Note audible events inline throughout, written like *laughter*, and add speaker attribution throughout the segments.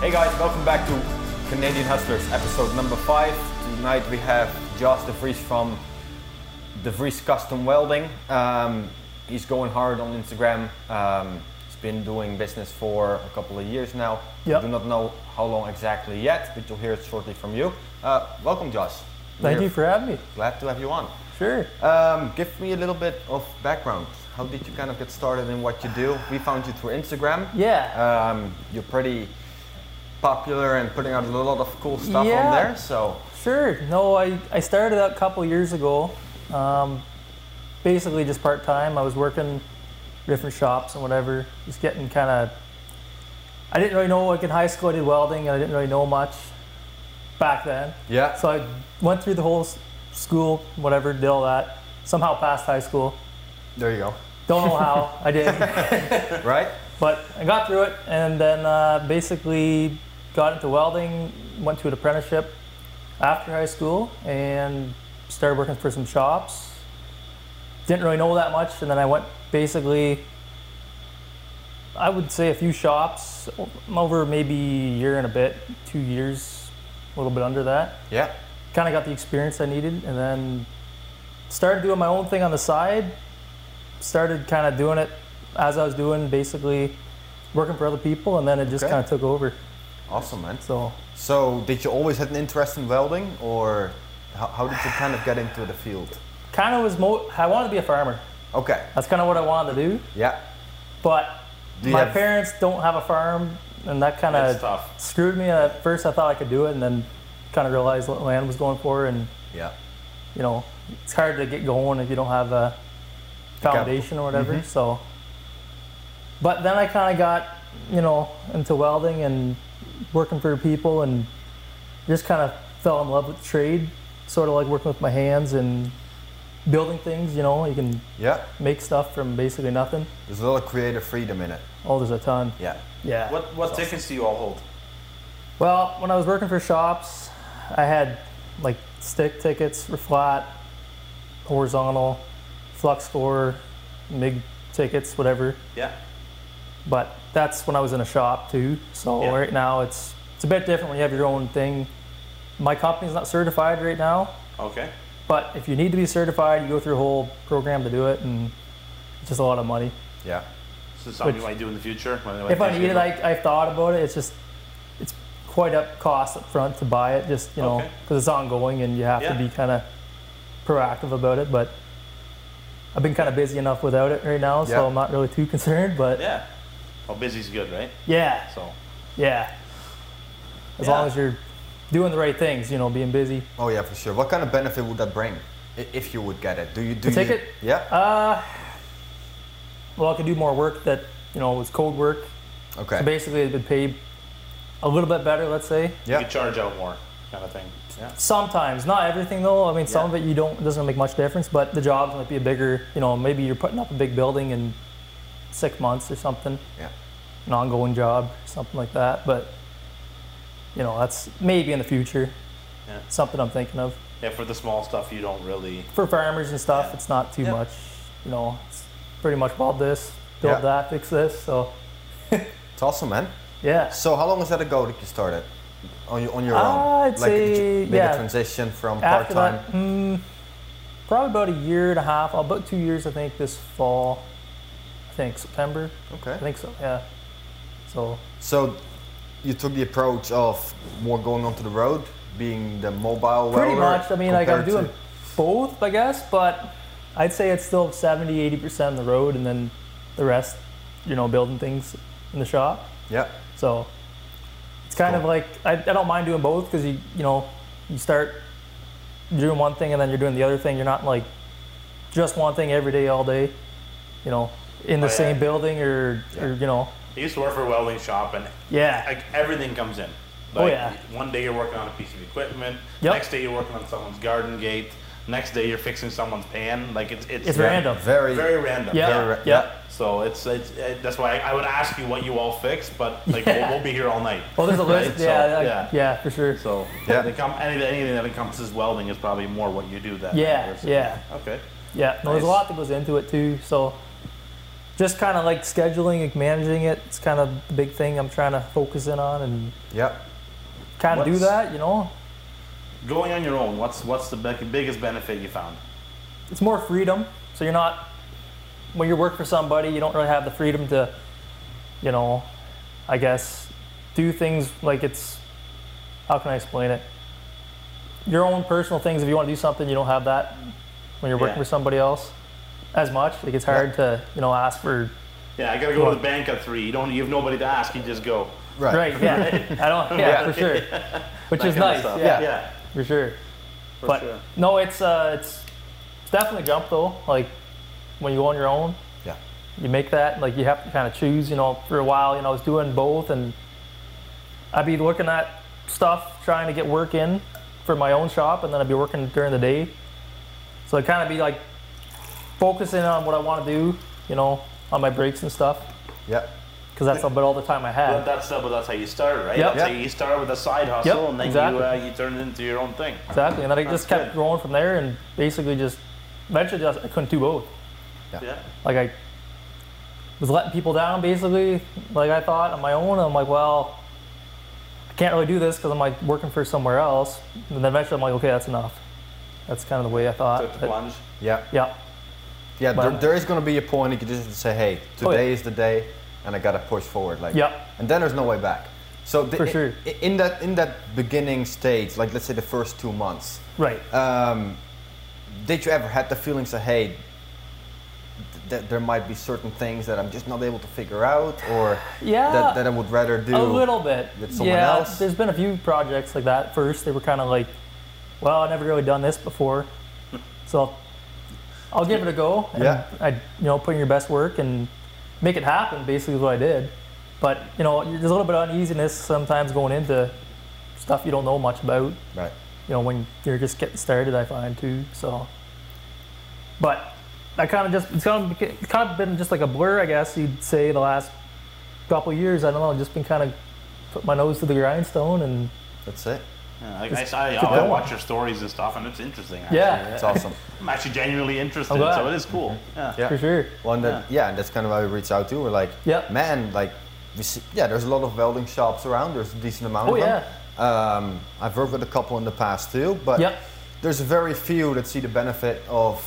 Speaker 1: Hey guys, welcome back to Canadian Hustlers, episode number five. Tonight we have Josh De Vries from De Vries Custom Welding. Um, he's going hard on Instagram. Um, he's been doing business for a couple of years now.
Speaker 2: Yep.
Speaker 1: I do not know how long exactly yet, but you'll hear it shortly from you. Uh, welcome, Josh.
Speaker 2: Thank
Speaker 1: We're
Speaker 2: you for having me.
Speaker 1: Glad to have you on.
Speaker 2: Sure.
Speaker 1: Um, give me a little bit of background. How did you kind of get started in what you do? We found you through Instagram.
Speaker 2: Yeah.
Speaker 1: Um, you're pretty popular and putting out a lot of cool stuff
Speaker 2: Yeah.
Speaker 1: on there. So
Speaker 2: sure. No, I, I started out a couple years ago, um, basically just part time. I was working different shops and whatever, just getting kind of. I didn't really know, like in high school, I did welding and I didn't really know much back then.
Speaker 1: yeah,
Speaker 2: So I went through the whole s- school, whatever, did all that. Somehow passed high school.
Speaker 1: there you go.
Speaker 2: Don't know how I did.
Speaker 1: Right?
Speaker 2: But I got through it and then uh, basically got into welding, went to an apprenticeship after high school and started working for some shops. Didn't really know that much and then I went basically, I would say a few shops o- over maybe a year and a bit, two years, a little bit under that
Speaker 1: Yeah.
Speaker 2: kind of got the experience I needed, and then started doing my own thing on the side. Started kind of doing it as I was doing, basically working for other people, and then it just
Speaker 1: Okay.
Speaker 2: kind of took over.
Speaker 1: Awesome, man.
Speaker 2: So
Speaker 1: So did you always had an interest in welding, or how, how did you kind of get into the field?
Speaker 2: kind of was mo- I wanted to be a farmer.
Speaker 1: Okay.
Speaker 2: That's kind of what I wanted to do,
Speaker 1: Yeah.
Speaker 2: but
Speaker 1: Do you
Speaker 2: my
Speaker 1: have-
Speaker 2: parents don't have a farm, and that kind
Speaker 3: That's
Speaker 2: of
Speaker 3: tough.
Speaker 2: screwed me. At first, I thought I could do it, and then kind of realized what land was going for, and
Speaker 1: Yeah.
Speaker 2: you know, it's hard to get going if you don't have a
Speaker 1: capital.
Speaker 2: foundation or whatever. So, but then I kind of got, you know, into welding and working for people and just kind of fell in love with trade, sort of like working with my hands and building things, you know, you can
Speaker 1: Yeah.
Speaker 2: make stuff from basically nothing.
Speaker 1: There's a lot of creative freedom in it.
Speaker 2: Oh, there's a ton.
Speaker 1: Yeah.
Speaker 2: Yeah.
Speaker 3: What what tickets do you all hold?
Speaker 2: Well, when I was working for shops, I had like stick tickets, flat, horizontal, flux core, MIG tickets, whatever.
Speaker 3: Yeah.
Speaker 2: But that's when I was in a shop too. So
Speaker 3: Yeah.
Speaker 2: right now it's it's a bit different when you have your own thing. My company's not certified right now,
Speaker 3: Okay.
Speaker 2: but if you need to be certified, you go through a whole program to do it, and it's just a lot of money.
Speaker 1: Yeah.
Speaker 3: So something
Speaker 2: Which-
Speaker 3: you might do in the future.
Speaker 2: if I need it, I, I've thought about it. It's just it's quite a cost up front to buy it, just you know,
Speaker 3: Okay.
Speaker 2: because it's ongoing and you have
Speaker 3: Yeah.
Speaker 2: to be kind of proactive about it. But I've been kind of busy enough without it right now,
Speaker 1: Yeah.
Speaker 2: so I'm not really too concerned. But yeah,
Speaker 3: Yeah. Well, busy's good, right?
Speaker 2: yeah,
Speaker 3: So
Speaker 2: as
Speaker 3: Yeah.
Speaker 2: long as you're doing the right things, you know, being busy.
Speaker 1: Oh yeah, for sure. What kind of benefit would that bring, i- if you would get it? Do you do
Speaker 2: The
Speaker 1: you,
Speaker 2: ticket?
Speaker 1: Yeah.
Speaker 2: Uh, well, I could do more work that you know was code work. So
Speaker 1: Okay.
Speaker 2: basically, it'd been paid a little bit better, let's say.
Speaker 3: you
Speaker 1: Yeah.
Speaker 3: could charge out more, kind of thing. Yeah.
Speaker 2: Sometimes, not everything though. I mean, some of it you don't it doesn't make much difference, but the jobs might be a bigger. You know, maybe you're putting up a big building in six months or something,
Speaker 1: Yeah.
Speaker 2: an ongoing job, something like that. But you know, that's maybe in the future.
Speaker 3: Yeah.
Speaker 2: Something I'm thinking of
Speaker 3: Yeah. For the small stuff, you don't really.
Speaker 2: for farmers and stuff.
Speaker 3: Yeah.
Speaker 2: It's not too
Speaker 3: Yeah.
Speaker 2: much. You know, it's pretty much weld this, build
Speaker 1: Yeah.
Speaker 2: that, fix this. So
Speaker 1: It's awesome, man.
Speaker 2: yeah,
Speaker 1: So how long was that ago that you started on your on your
Speaker 2: Uh,
Speaker 1: own?
Speaker 2: I'd
Speaker 1: did you
Speaker 2: say,
Speaker 1: make
Speaker 2: yeah.
Speaker 1: a transition from part
Speaker 2: after
Speaker 1: time.
Speaker 2: that, mm, probably about a year and a half, about two years, I think. This fall, I think September. I
Speaker 1: Okay.
Speaker 2: think so. Yeah. So
Speaker 1: So you took the approach of more going onto the road, being the mobile
Speaker 2: pretty
Speaker 1: welder
Speaker 2: much. I mean, like I'm
Speaker 1: compared to-
Speaker 2: doing both, I guess, but I'd say it's still 70, 80 percent on the road, and then the rest, you know, building things in the shop.
Speaker 1: yeah,
Speaker 2: So it's kind of
Speaker 1: Cool.
Speaker 2: like I, I don't mind doing both because you you know you start doing one thing and then you're doing the other thing. You're not like just one thing every day, all day. You know, in the
Speaker 3: Oh, yeah.
Speaker 2: same building or,
Speaker 1: Yeah.
Speaker 2: or you know,
Speaker 3: I used to work for a welding shop, and
Speaker 2: yeah,
Speaker 3: like everything comes in. Like,
Speaker 2: Oh, yeah.
Speaker 3: One day you're working on a piece of equipment.
Speaker 2: Yep.
Speaker 3: Next day you're working on someone's garden gate. Next day you're fixing someone's pan. Like it's it's,
Speaker 2: It's
Speaker 3: very,
Speaker 2: random.
Speaker 1: very,
Speaker 3: very random.
Speaker 2: Yeah.
Speaker 1: very ra-
Speaker 2: yeah.
Speaker 3: So it's, it's uh that's why I, I would ask you what you all fix, but like
Speaker 2: *laughs* Yeah.
Speaker 3: we'll, we'll be here all night.
Speaker 2: Well, there's a
Speaker 3: Right?
Speaker 2: list.
Speaker 3: So,
Speaker 2: yeah, like-
Speaker 3: yeah.
Speaker 2: yeah, for sure.
Speaker 3: So
Speaker 1: Yeah.
Speaker 3: yeah, com- any, anything that encompasses welding is probably more what you do. That
Speaker 2: Yeah,
Speaker 3: versus-
Speaker 2: yeah.
Speaker 3: Okay.
Speaker 2: Yeah, no, there's a
Speaker 3: Nice.
Speaker 2: lot that goes into it too. So just kind of like scheduling, like managing it. It's kind of the big thing I'm trying to focus in on and
Speaker 1: Yeah.
Speaker 2: kind of do
Speaker 3: What's-
Speaker 2: that. You know,
Speaker 3: Going on your own, what's what's the be- biggest benefit you found?
Speaker 2: it's more freedom. So you're not when you work for somebody, you don't really have the freedom to, you know, I guess do things like it's how can I explain it? Your own personal things. If you want to do something, you don't have that when you're working
Speaker 3: Yeah.
Speaker 2: for somebody else as much. Like it's hard to you know ask for
Speaker 3: Yeah, I gotta go to the bank at three. You don't, you have nobody to ask. You just go.
Speaker 1: Right.
Speaker 2: right.
Speaker 3: *laughs*
Speaker 2: Yeah, I don't. Yeah,
Speaker 1: Yeah.
Speaker 2: for sure. Which
Speaker 3: That
Speaker 2: is
Speaker 3: kinda
Speaker 2: nice.
Speaker 3: stuff.
Speaker 2: Yeah,
Speaker 1: Yeah.
Speaker 3: yeah,
Speaker 2: for sure.
Speaker 3: for
Speaker 2: but
Speaker 3: sure.
Speaker 2: no, it's uh, it's it's definitely a jump though. Like when you go on your own,
Speaker 1: Yeah.
Speaker 2: you make that like you have to kind of choose. You know, for a while, you know, I was doing both, and I'd be looking at stuff trying to get work in for my own shop, and then I'd be working during the day. So I'd kind of be like focusing on what I want to do. You know, on my breaks and stuff,
Speaker 1: Yeah.
Speaker 2: because that's about all the time I
Speaker 3: But
Speaker 2: had.
Speaker 3: that's but that's how you start, right?
Speaker 2: Yep.
Speaker 3: That's
Speaker 1: Yep.
Speaker 3: how you start with a side hustle,
Speaker 2: Yep,
Speaker 3: and then
Speaker 2: exactly. Uh,
Speaker 3: you uh, you turn it into your own thing.
Speaker 2: Exactly, and then it just
Speaker 3: That's
Speaker 2: kept
Speaker 3: good.
Speaker 2: growing from there, and basically just eventually just I couldn't do both.
Speaker 3: Yeah.
Speaker 2: like I was letting people down basically, like I thought on my own. I'm like, well, I can't really do this because I'm like working for somewhere else. And then eventually I'm like, okay, that's enough. That's kind of the way I thought.
Speaker 3: Took the
Speaker 2: But-
Speaker 3: plunge.
Speaker 1: Yeah.
Speaker 2: yeah,
Speaker 1: Yeah. There,
Speaker 2: But-
Speaker 1: there is going to be a point you can just say, "Hey, today
Speaker 2: Oh, yeah.
Speaker 1: is the day, and I got to push forward." Like.
Speaker 2: Yeah.
Speaker 1: And then there's no way back. So the,
Speaker 2: For sure.
Speaker 1: i- in that in that beginning stage, like let's say the first two months,
Speaker 2: right.
Speaker 1: um, did you ever had the feelings of hey, th- that there might be certain things that I'm just not able to figure out, or
Speaker 2: Yeah.
Speaker 1: that, that I would rather do?
Speaker 2: a little bit.
Speaker 1: with someone
Speaker 2: yeah,
Speaker 1: else?
Speaker 2: there's been a few projects like that. First, they were kind of like, well, I've never really done this before, so I'll give it a go. And
Speaker 1: Yeah.
Speaker 2: I, you know, put in your best work and make it happen. Basically, is what I did. But you know, there's a little bit of uneasiness sometimes going into stuff you don't know much about.
Speaker 1: Right.
Speaker 2: You know, when you're just getting started, I find too. So, but I kind of just it's kind of it's kind of been just like a blur, I guess you'd say, the last couple of years. I don't know, just been kind of put my nose to the grindstone, and
Speaker 1: That's it.
Speaker 3: Yeah, like I, I,
Speaker 2: keep
Speaker 3: I
Speaker 2: going.
Speaker 3: watch your stories and stuff, and it's interesting. actually.
Speaker 2: yeah, Oh,
Speaker 1: It's
Speaker 2: *laughs*
Speaker 1: awesome.
Speaker 3: I'm actually genuinely interested,
Speaker 2: I'm glad.
Speaker 3: so it is cool. Yeah.
Speaker 1: Yeah.
Speaker 2: for sure.
Speaker 1: Well, and that, yeah. and that's kind of why we reached out to. you. We're like,
Speaker 2: Yeah.
Speaker 1: man, like, we see, yeah, there's a lot of welding shops around. There's a decent amount
Speaker 2: Oh,
Speaker 1: of them. Um, I've worked with a couple in the past too, but
Speaker 2: Yeah.
Speaker 1: there's very few that see the benefit of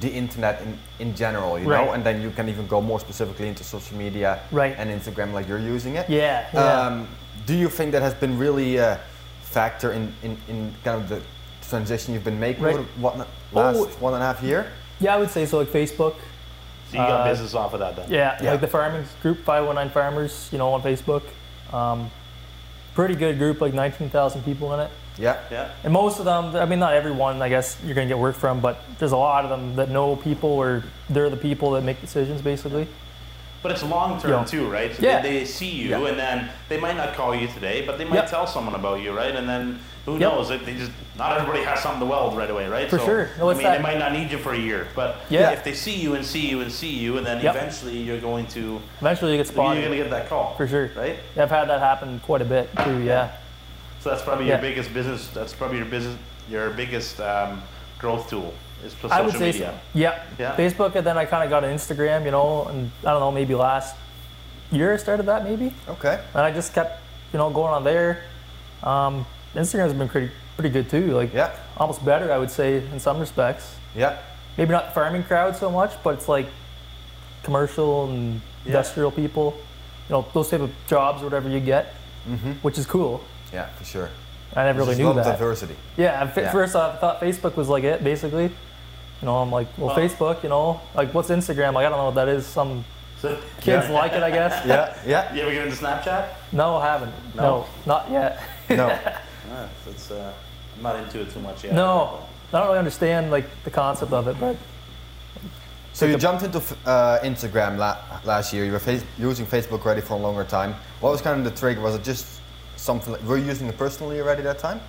Speaker 1: the internet in, in general, you know?
Speaker 2: Right.
Speaker 1: And then you can even go more specifically into social media
Speaker 2: Right.
Speaker 1: and Instagram like you're using it.
Speaker 2: Yeah, yeah.
Speaker 1: Um, do you think that has been really a factor in, in, in kind of the transition you've been making
Speaker 2: Right.
Speaker 1: over what, last
Speaker 2: Oh.
Speaker 1: one and a half year?
Speaker 2: yeah, I would say so. Like Facebook,
Speaker 3: So you got
Speaker 2: Uh,
Speaker 3: business off of that then.
Speaker 2: yeah,
Speaker 1: Yeah.
Speaker 2: like the farming group, 519 Farmers, you know, on Facebook. Um, pretty good group, like 19,000 people in it.
Speaker 1: Yeah.
Speaker 3: Yeah.
Speaker 2: And most of them, I mean, not everyone, I guess you're going to get work from, but there's a lot of them that know people or they're the people that make decisions, basically.
Speaker 3: But it's long term
Speaker 2: Yeah.
Speaker 3: too, right? So
Speaker 2: Yeah.
Speaker 3: They, they see you,
Speaker 1: Yeah.
Speaker 3: and then they might not call you today, but they might
Speaker 2: Yep.
Speaker 3: tell someone about you, right? And then who
Speaker 2: Yep.
Speaker 3: knows? They they just not everybody has something to weld right away, right?
Speaker 2: For sure. No,
Speaker 3: I
Speaker 2: it's
Speaker 3: mean,
Speaker 2: that-
Speaker 3: they might not need you for a year, but
Speaker 2: Yeah.
Speaker 3: if they see you and see you and see you, and then
Speaker 2: Yep.
Speaker 3: eventually you're going to
Speaker 2: Eventually you get
Speaker 3: you're going to
Speaker 2: spotted,
Speaker 3: get that call
Speaker 2: for sure.
Speaker 3: right?
Speaker 2: Yeah, I've had that happen quite a bit, too, yeah.
Speaker 3: So that's probably your
Speaker 2: Yeah.
Speaker 3: biggest business. That's probably your business, your biggest um, growth tool is social
Speaker 2: I would say
Speaker 3: media.
Speaker 2: so. Yeah.
Speaker 3: Yeah.
Speaker 2: Facebook, and then I kind of got an Instagram, you know, and I don't know, maybe last year I started that, maybe.
Speaker 1: Okay.
Speaker 2: And I just kept, you know, going on there. Um, Instagram's been pretty pretty good too. Like,
Speaker 1: Yeah.
Speaker 2: almost better, I would say, in some respects.
Speaker 1: Yeah.
Speaker 2: Maybe not the farming crowd so much, but it's like commercial and industrial people, you know, those type of jobs or whatever you get,
Speaker 1: Mm-hmm.
Speaker 2: which is cool.
Speaker 1: Yeah, for sure.
Speaker 2: I never really
Speaker 1: Just
Speaker 2: knew
Speaker 1: love
Speaker 2: that.
Speaker 1: diversity.
Speaker 2: Yeah, at fi-
Speaker 1: Yeah.
Speaker 2: first I thought Facebook was like it, basically. You know, I'm like, well,
Speaker 3: Well-
Speaker 2: Facebook, you know, like what's Instagram? Like, I don't know what that is. Some
Speaker 3: *laughs* So,
Speaker 2: kids
Speaker 1: Yeah.
Speaker 2: like it, I guess.
Speaker 1: *laughs* Yeah, yeah.
Speaker 3: *laughs* you ever get into Snapchat?
Speaker 2: No, I haven't.
Speaker 3: No.
Speaker 2: No, not yet. *laughs*
Speaker 1: No.
Speaker 3: No, it's, uh, I'm not into it too much yet.
Speaker 2: No, I don't really understand like the concept of it, but
Speaker 1: So you jumped into f- uh, Instagram la- last year. You were face- using Facebook already for a longer time. What was kind of the trigger? Was it just something? Like, were you using it personally already that time?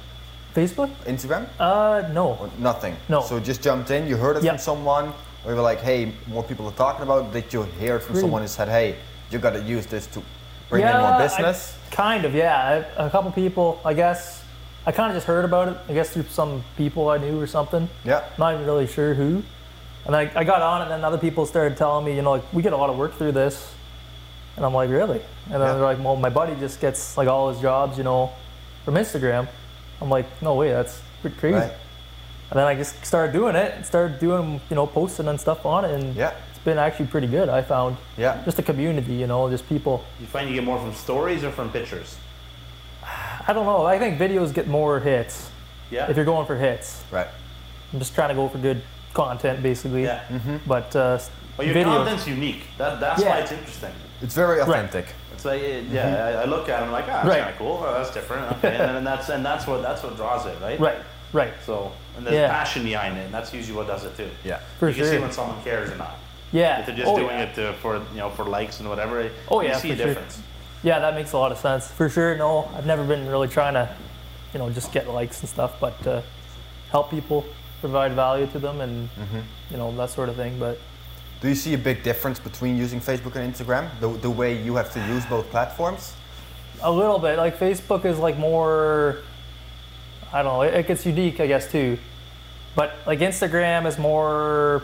Speaker 2: Facebook?
Speaker 1: Instagram?
Speaker 2: Uh, no.
Speaker 1: Or nothing.
Speaker 2: No.
Speaker 1: So you just jumped in. You heard it
Speaker 2: Yeah.
Speaker 1: from someone. Or you were like, hey, more people are talking about. it? Did you hear it from
Speaker 2: Really?
Speaker 1: someone who said, hey, you got to use this to bring in
Speaker 2: I-
Speaker 1: more business?
Speaker 2: kind of, yeah. I, a couple people, I guess. I kind of just heard about it, I guess through some people I knew or something.
Speaker 1: yeah.
Speaker 2: I'm not even really sure who. And I, I got on it, and then other people started telling me, you know, like, we get a lot of work through this. And I'm like, really? And then
Speaker 1: Yeah.
Speaker 2: they're like, well, my buddy just gets like all his jobs, you know, from Instagram. I'm like, no way, that's pretty crazy.
Speaker 1: Right.
Speaker 2: And then I just started doing it, and started doing, you know, posting and stuff on it, and
Speaker 1: Yeah.
Speaker 2: it's been actually pretty good. I found
Speaker 1: Yeah.
Speaker 2: just a community, you know, just people.
Speaker 3: You find you get more from stories or from pictures?
Speaker 2: I don't know. I think videos get more hits
Speaker 3: Yeah.
Speaker 2: if you're going for hits.
Speaker 1: Right.
Speaker 2: I'm just trying to go for good content, basically.
Speaker 3: yeah. Mm-hmm.
Speaker 2: But uh, s-
Speaker 3: But your
Speaker 2: video,
Speaker 3: content's unique. That, that's
Speaker 2: Yeah. Mm-hmm.
Speaker 3: why it's interesting.
Speaker 1: It's very authentic.
Speaker 3: It's like, it- yeah, I, I look at it, I'm like, ah, that's
Speaker 2: Right.
Speaker 3: kind of cool. Oh, that's different. Okay. and, then that's, and that's what that's what draws it, right?
Speaker 2: right, right,
Speaker 3: So, and there's
Speaker 2: Yeah.
Speaker 3: passion behind it, and that's usually what does it too.
Speaker 1: Yeah.
Speaker 2: for
Speaker 3: you
Speaker 2: sure.
Speaker 3: can see when someone cares or not.
Speaker 2: yeah.
Speaker 3: If they're just
Speaker 2: Oh,
Speaker 3: doing
Speaker 2: yeah.
Speaker 3: it to, for you know for likes and whatever,
Speaker 2: Oh,
Speaker 3: you
Speaker 2: yeah,
Speaker 3: see a
Speaker 2: for sure.
Speaker 3: difference.
Speaker 2: Yeah, that makes a lot of sense for sure. No, I've never been really trying to, you know, just get likes and stuff, but uh, help people, provide value to them, and
Speaker 3: Mm-hmm.
Speaker 2: you know that sort of thing. But
Speaker 1: Do you see a big difference between using Facebook and Instagram? The, the way you have to use both platforms?
Speaker 2: a little bit like Facebook is like more. I don't know. It, it gets unique, I guess, too. But like Instagram is more.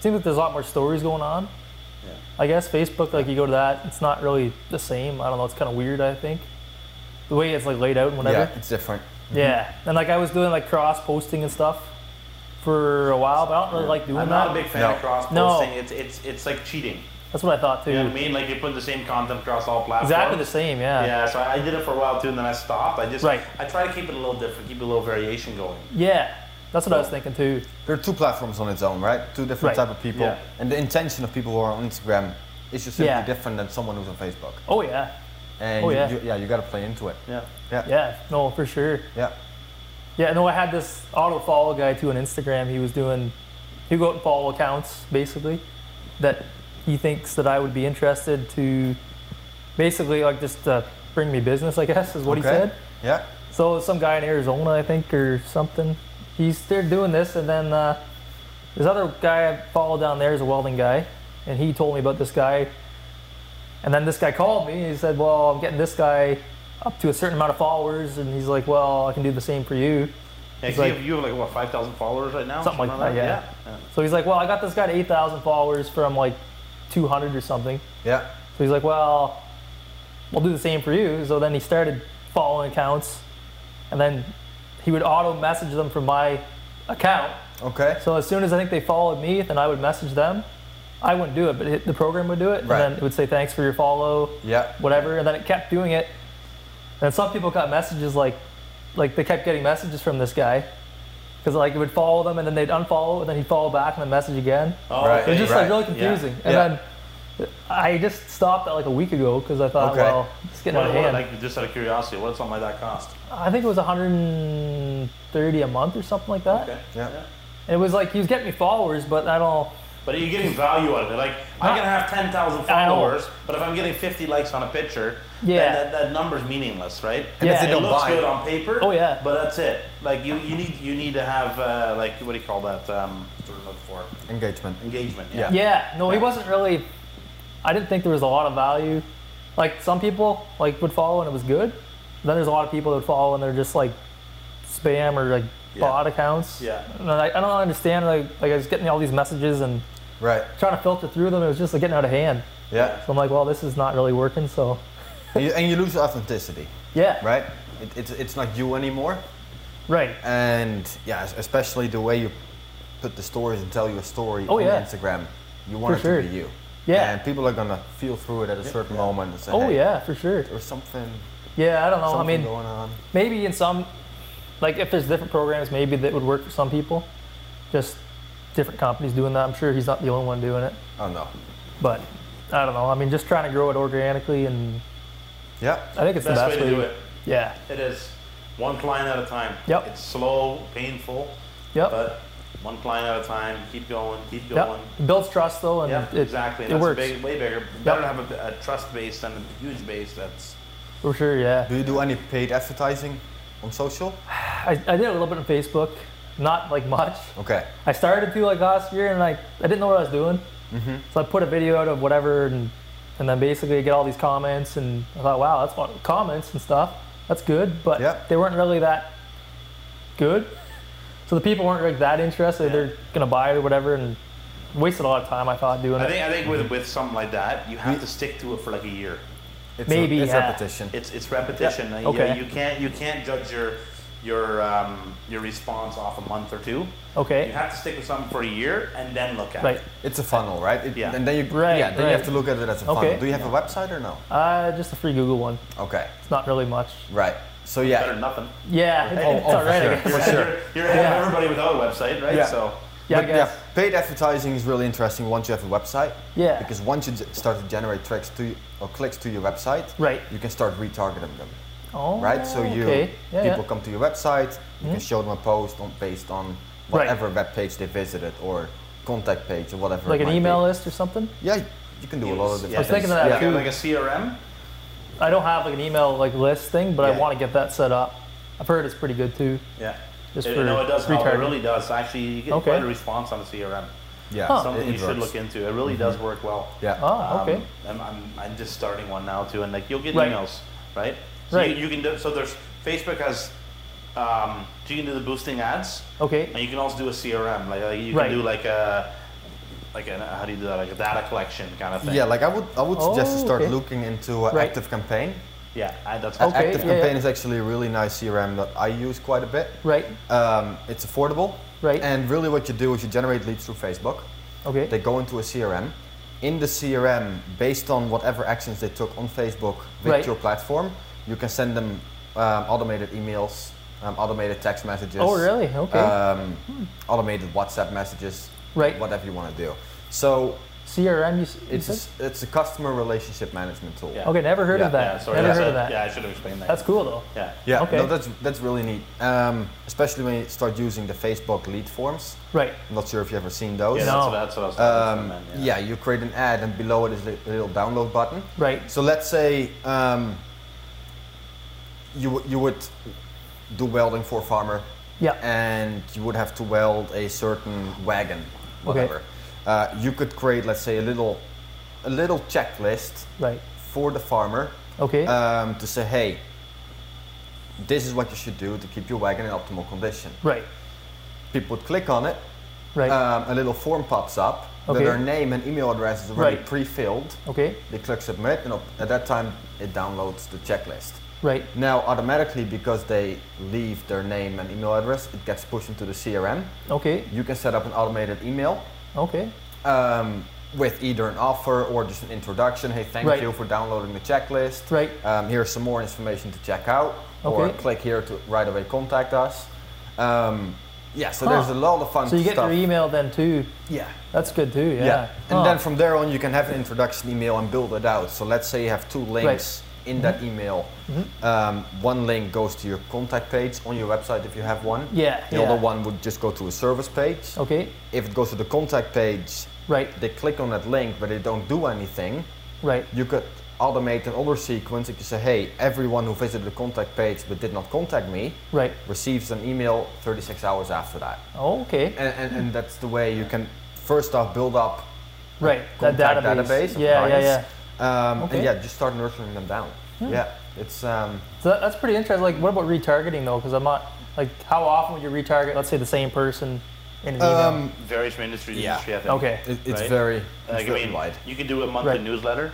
Speaker 2: Seems like there's a lot more stories going on.
Speaker 3: Yeah.
Speaker 2: I guess Facebook, like you go to that, it's not really the same. I don't know. It's kind of weird. I think the way it's like laid out and whatever.
Speaker 1: Yeah, it's different.
Speaker 2: Yeah, and like I was doing like cross posting and stuff for a while, but I don't really like doing
Speaker 3: I'm
Speaker 2: that.
Speaker 3: not a big fan
Speaker 1: No.
Speaker 3: of cross
Speaker 2: No.
Speaker 3: posting. It's it's it's like cheating.
Speaker 2: That's what I thought too.
Speaker 3: You know what I mean? Like you put the same content across all platforms.
Speaker 2: Exactly the same, yeah.
Speaker 3: Yeah, so I I did it for a while too, and then I stopped. I just
Speaker 2: Right.
Speaker 3: I try to keep it a little different, keep a little variation going.
Speaker 2: Yeah, that's what I was thinking too.
Speaker 1: There are two platforms on its own, right? Two different
Speaker 2: Right.
Speaker 1: type of people.
Speaker 3: Yeah.
Speaker 1: And the intention of people who are on Instagram is just simply
Speaker 2: Yeah.
Speaker 1: different than someone who's on Facebook.
Speaker 2: Oh yeah,
Speaker 1: And
Speaker 2: Oh,
Speaker 1: you,
Speaker 2: yeah.
Speaker 1: You, yeah, you got to play into it.
Speaker 3: Yeah,
Speaker 1: Yeah.
Speaker 2: yeah. No, for sure.
Speaker 1: Yeah.
Speaker 2: Yeah, no, I had this auto follow guy too on Instagram. He was doing, he go out and follow accounts basically that he thinks that I would be interested to, basically like just uh, bring me business. I guess is what he
Speaker 1: Okay.
Speaker 2: said.
Speaker 1: Yeah.
Speaker 2: So some guy in Arizona, I think, or something. He's there doing this, and then uh, this other guy I followed down there is a welding guy, and he told me about this guy. And then this guy called me. He said, "Well, I'm getting this guy up to a certain amount of followers," and he's like, "Well, I can do the same for you."
Speaker 3: yeah 'cause
Speaker 2: like-
Speaker 3: you, have, you have like what five thousand followers right now,
Speaker 2: Something like that,
Speaker 3: Yeah. yeah.
Speaker 2: So he's like, "Well, I got this guy to 8,000 followers from like 200 or something."
Speaker 1: Yeah.
Speaker 2: So he's like, well, we'll do the same for you. So then he started following accounts, and then he would auto message them from my account.
Speaker 1: Okay.
Speaker 2: So as soon as I think they followed me, then I would message them. I wouldn't do it, but it, the program would do it,
Speaker 1: Right.
Speaker 2: and then it would say thanks for your follow,
Speaker 1: Yeah.
Speaker 2: whatever, and then it kept doing it. And some people got messages like, like they kept getting messages from this guy, because like it would follow them, and then they'd unfollow, and then he'd follow back and then message again.
Speaker 3: Oh,
Speaker 1: Right.
Speaker 2: It was
Speaker 3: okay.
Speaker 2: just
Speaker 1: Right.
Speaker 2: like really
Speaker 3: Yeah.
Speaker 2: confusing.
Speaker 1: Yeah.
Speaker 2: And then I just stopped that like a week ago because I thought,
Speaker 1: Okay.
Speaker 2: well, it's getting out of
Speaker 3: What, what,
Speaker 2: hand.
Speaker 3: like just out of curiosity, what did something like that cost?
Speaker 2: I think it was 130 a month or something like that.
Speaker 3: Okay.
Speaker 1: Yeah.
Speaker 2: And it was like he was getting me followers, but I don't.
Speaker 3: But you're getting value out of it. Like I can have ten thousand
Speaker 2: I know.
Speaker 3: followers, but if I'm getting fifty likes on a picture,
Speaker 2: Yeah.
Speaker 3: then that, that number's meaningless, right?
Speaker 2: And if Yeah. they
Speaker 3: it
Speaker 1: don't
Speaker 3: looks
Speaker 1: buy
Speaker 3: good
Speaker 1: it.
Speaker 3: on paper.
Speaker 2: Oh, yeah.
Speaker 3: But that's it. Like you, you need you need to have uh, like what do you call that? Um, what's the word I'm looking for
Speaker 1: Engagement.
Speaker 3: engagement.
Speaker 1: Yeah.
Speaker 3: Yeah.
Speaker 2: Yeah, no, he wasn't really. I didn't think there was a lot of value. Like some people like would follow and it was good. Then there's a lot of people that would follow and they're just like spam or like bot accounts.
Speaker 3: Yeah.
Speaker 2: And I, I don't understand. Like, like I was getting all these messages and
Speaker 1: Right.
Speaker 2: trying to filter through them. It was just like getting out of hand.
Speaker 1: Yeah.
Speaker 2: So I'm like, well, this is not really working. So
Speaker 1: and, you, and you lose authenticity,
Speaker 2: yeah,
Speaker 1: right? It, it's, it's not you anymore.
Speaker 2: right.
Speaker 1: And yeah, es- especially the way you put the stories and tell your story
Speaker 2: Oh,
Speaker 1: on
Speaker 2: yeah.
Speaker 1: Instagram, you want
Speaker 2: For
Speaker 1: it
Speaker 2: sure.
Speaker 1: to be you.
Speaker 2: Yeah.
Speaker 1: And people are gonna feel through it at a certain moment and say,
Speaker 2: Oh
Speaker 1: "Hey,
Speaker 2: yeah, for sure.
Speaker 1: there's something,
Speaker 2: Yeah, I don't know.
Speaker 1: something
Speaker 2: I mean,
Speaker 1: going on.
Speaker 2: maybe in some, like if there's different programs, maybe that would work for some people. Just different companies doing that. I'm sure he's not the only one doing it.
Speaker 1: Oh no.
Speaker 2: But I don't know. I mean, just trying to grow it organically, and
Speaker 1: Yeah.
Speaker 2: I think it's
Speaker 3: Best
Speaker 2: the best
Speaker 3: way to do it.
Speaker 2: Yeah.
Speaker 3: It is one client at a time.
Speaker 2: Yep.
Speaker 3: It's slow, painful,
Speaker 2: Yep.
Speaker 3: but one client at a time. Keep going. Keep
Speaker 2: yep.
Speaker 3: going.
Speaker 2: It builds trust though, and
Speaker 3: Yeah,
Speaker 2: it,
Speaker 3: exactly.
Speaker 2: It
Speaker 3: that's
Speaker 2: works
Speaker 3: Big, way bigger. Better to have a, a trust base than a huge base. That's
Speaker 2: for sure. Yeah.
Speaker 1: Do you do any paid advertising on social?
Speaker 2: I, I did a little bit on Facebook, not like much.
Speaker 1: Okay.
Speaker 2: I started to like last year, and like I didn't know what I was doing.
Speaker 1: Mm-hmm.
Speaker 2: So I put a video out of whatever, and and then basically I get all these comments, and I thought, wow, that's what comments and stuff. That's good, but
Speaker 1: Yep.
Speaker 2: they weren't really that good. So the people weren't like that interested.
Speaker 3: Yeah.
Speaker 2: They're gonna buy it or whatever, and wasted a lot of time. I thought doing
Speaker 3: I
Speaker 2: it.
Speaker 3: think I think with with something like that, you have to stick to it for like a year.
Speaker 1: It's
Speaker 2: Maybe,
Speaker 1: a, it's
Speaker 2: yeah.
Speaker 1: repetition.
Speaker 3: It's it's repetition.
Speaker 2: Yeah,
Speaker 3: You-
Speaker 2: okay.
Speaker 3: You, can't you can't judge your your um, your response off a month or two. You
Speaker 2: okay,
Speaker 3: have to stick with something for a year and then look at
Speaker 2: right.
Speaker 3: it.
Speaker 1: It's a funnel, right? It-
Speaker 3: Yeah.
Speaker 1: And then you
Speaker 2: Right,
Speaker 1: yeah, then you
Speaker 2: right.
Speaker 1: have to look at it as a
Speaker 2: Okay.
Speaker 1: funnel. Do you have a website or no?
Speaker 2: Uh, just a free Google one.
Speaker 1: Okay.
Speaker 2: It's not really much.
Speaker 1: Right. So
Speaker 3: Better
Speaker 1: yeah.
Speaker 3: than nothing.
Speaker 2: Yeah, it's,
Speaker 1: Oh,
Speaker 2: it's
Speaker 1: oh, for
Speaker 2: all right. I
Speaker 1: sure.
Speaker 2: guess.
Speaker 1: For sure.
Speaker 3: *laughs* You're ahead
Speaker 2: Yeah.
Speaker 3: of everybody without a website, right?
Speaker 1: Yeah.
Speaker 3: So
Speaker 2: Yeah, I
Speaker 1: But
Speaker 2: guess.
Speaker 1: paid advertising is really interesting once you have a website.
Speaker 2: Yeah.
Speaker 1: Because once you j- start to generate tracks to or clicks to your website,
Speaker 2: Right.
Speaker 1: you can start retargeting them.
Speaker 2: Oh,
Speaker 1: right? So you
Speaker 2: okay. Yeah,
Speaker 1: people
Speaker 2: yeah. Hmm?
Speaker 1: come to your website, you can show them a post on based on
Speaker 2: Right.
Speaker 1: whatever web page they visited or contact page or whatever.
Speaker 2: like
Speaker 1: it
Speaker 2: an
Speaker 1: might
Speaker 2: email
Speaker 1: Be.
Speaker 2: list or something.
Speaker 1: Yeah, you can do a lot of different
Speaker 3: Yeah. I was
Speaker 2: thinking of
Speaker 1: things.
Speaker 2: that
Speaker 1: yeah.
Speaker 3: like, a, like a CRM.
Speaker 2: I don't have like an email like list thing, but I
Speaker 1: Yeah.
Speaker 2: want to get that set up. I've heard it's pretty good too.
Speaker 3: Yeah.
Speaker 2: Just
Speaker 3: It-
Speaker 2: for
Speaker 3: no, it does help. It
Speaker 2: retargeting.
Speaker 3: really does. Actually, you get
Speaker 2: Okay.
Speaker 3: quite a response on a CRM.
Speaker 1: Yeah,
Speaker 2: Huh.
Speaker 3: Something
Speaker 1: it- it
Speaker 3: you should
Speaker 1: works.
Speaker 3: look into. It really does work well.
Speaker 1: Yeah.
Speaker 2: Oh, okay.
Speaker 3: Um, I'm, I'm, I'm just starting one now too, and like you'll get
Speaker 2: Right.
Speaker 3: emails, right? So
Speaker 2: Right.
Speaker 3: You, you can do, so there's Facebook has, um, so you can do the boosting ads, and
Speaker 2: okay.
Speaker 3: you can also do a CRM. Like, like you
Speaker 2: Right.
Speaker 3: can do like a, like a how do you do that? Like a data collection kind of thing.
Speaker 1: Yeah, like I would, I would suggest to
Speaker 2: Oh,
Speaker 1: start
Speaker 2: okay.
Speaker 1: looking into uh,
Speaker 2: Right.
Speaker 1: Active Campaign.
Speaker 3: Yeah. I, that's
Speaker 2: Okay.
Speaker 1: Active
Speaker 2: yeah,
Speaker 1: Campaign
Speaker 2: yeah.
Speaker 1: is actually a really nice CRM that I use quite a bit.
Speaker 2: Right.
Speaker 1: Um, it's affordable,
Speaker 2: Right.
Speaker 1: and really what you do is you generate leads through Facebook.
Speaker 2: Okay.
Speaker 1: They go into a CRM. In the CRM, based on whatever actions they took on Facebook with
Speaker 2: Right.
Speaker 1: your platform, you can send them um, automated emails, um, automated text messages.
Speaker 2: oh, really? Okay.
Speaker 1: Um, automated WhatsApp messages,
Speaker 2: Right.
Speaker 1: whatever you want to do. So
Speaker 2: CRM. You, s- you
Speaker 1: it's a,
Speaker 2: said?
Speaker 1: s- it's a customer relationship management tool.
Speaker 3: Yeah.
Speaker 2: Okay, never heard
Speaker 1: Yeah,
Speaker 2: of that.
Speaker 3: yeah. Sorry.
Speaker 2: never
Speaker 3: that's
Speaker 2: heard
Speaker 3: a-
Speaker 2: of that.
Speaker 3: Yeah. I should have explained that.
Speaker 2: That's cool though.
Speaker 3: yeah.
Speaker 1: Yeah,
Speaker 2: Okay.
Speaker 1: no, that's that's really neat. Um, especially when you start using the Facebook lead forms.
Speaker 2: Right.
Speaker 1: I'm not sure if you've ever seen those.
Speaker 2: No.
Speaker 3: Yeah, that's, what, that's what I was
Speaker 1: Um,
Speaker 3: talking about,
Speaker 1: yeah, you create an ad, and below it is a little download button.
Speaker 2: Right.
Speaker 1: So let's say um, you w- you would do welding for a farmer,
Speaker 2: Yeah.
Speaker 1: and you would have to weld a certain wagon, whatever. Uh, you could create, let's say, a little a little checklist
Speaker 2: Right.
Speaker 1: for the farmer
Speaker 2: Okay.
Speaker 1: um, to say, hey, this is what you should do to keep your wagon in optimal condition.
Speaker 2: right.
Speaker 1: People would click on it.
Speaker 2: Right.
Speaker 1: Um, a little form pops up where
Speaker 2: Okay.
Speaker 1: their name and email address is already
Speaker 2: Right.
Speaker 1: pre-filled.
Speaker 2: okay.
Speaker 1: They click submit, and op- at that time it downloads the checklist.
Speaker 2: Right.
Speaker 1: Now, automatically, because they leave their name and email address, it gets pushed into the CRM.
Speaker 2: Okay.
Speaker 1: You can set up an automated email
Speaker 2: Okay.
Speaker 1: um, with either an offer or just an introduction. Hey, thank
Speaker 2: Right.
Speaker 1: you for downloading the checklist.
Speaker 2: Right.
Speaker 1: Um, here's some more information to check out, or
Speaker 2: Okay.
Speaker 1: click here to right away contact us. Um, yeah, so
Speaker 2: Huh.
Speaker 1: there's a lot of fun
Speaker 2: So you get
Speaker 1: stuff.
Speaker 2: your email then too.
Speaker 1: yeah.
Speaker 2: That's good too. Yeah.
Speaker 1: Yeah. And
Speaker 2: Huh.
Speaker 1: then from there on, you can have an introduction email and build it out. So let's say you have two links in that
Speaker 2: Mm-hmm.
Speaker 1: email. Um, one link goes to your contact page on your website if you have one.
Speaker 2: Yeah,
Speaker 1: The
Speaker 2: yeah.
Speaker 1: other one would just go to a service page.
Speaker 2: okay.
Speaker 1: If it goes to the contact page,
Speaker 2: Right.
Speaker 1: they click on that link, but they don't do anything.
Speaker 2: Right.
Speaker 1: You could automate another sequence if you say, hey, everyone who visited the contact page but did not contact me
Speaker 2: Right.
Speaker 1: receives an email 36 hours after that.
Speaker 2: Okay.
Speaker 1: And, and, and that's the way you can first off build up
Speaker 2: Right. That
Speaker 1: contact
Speaker 2: database.
Speaker 1: of
Speaker 2: yeah. Yeah.
Speaker 1: clients.
Speaker 2: Yeah.
Speaker 1: Um,
Speaker 2: Okay. Hmm.
Speaker 1: And yeah, just start nurturing them down. Yeah, it's um,
Speaker 2: So that, that's pretty interesting. Like, what about retargeting though? Because I'm not like, how often would you retarget? Let's say the same person in an email.
Speaker 1: um
Speaker 3: yeah. Varies from industry to
Speaker 1: Yeah.
Speaker 3: industry. I think.
Speaker 2: Okay.
Speaker 1: it, it's
Speaker 3: Right.
Speaker 1: very,
Speaker 3: Like,
Speaker 1: it's very
Speaker 3: I mean,
Speaker 1: wide.
Speaker 3: you can do a monthly
Speaker 2: Right.
Speaker 3: newsletter,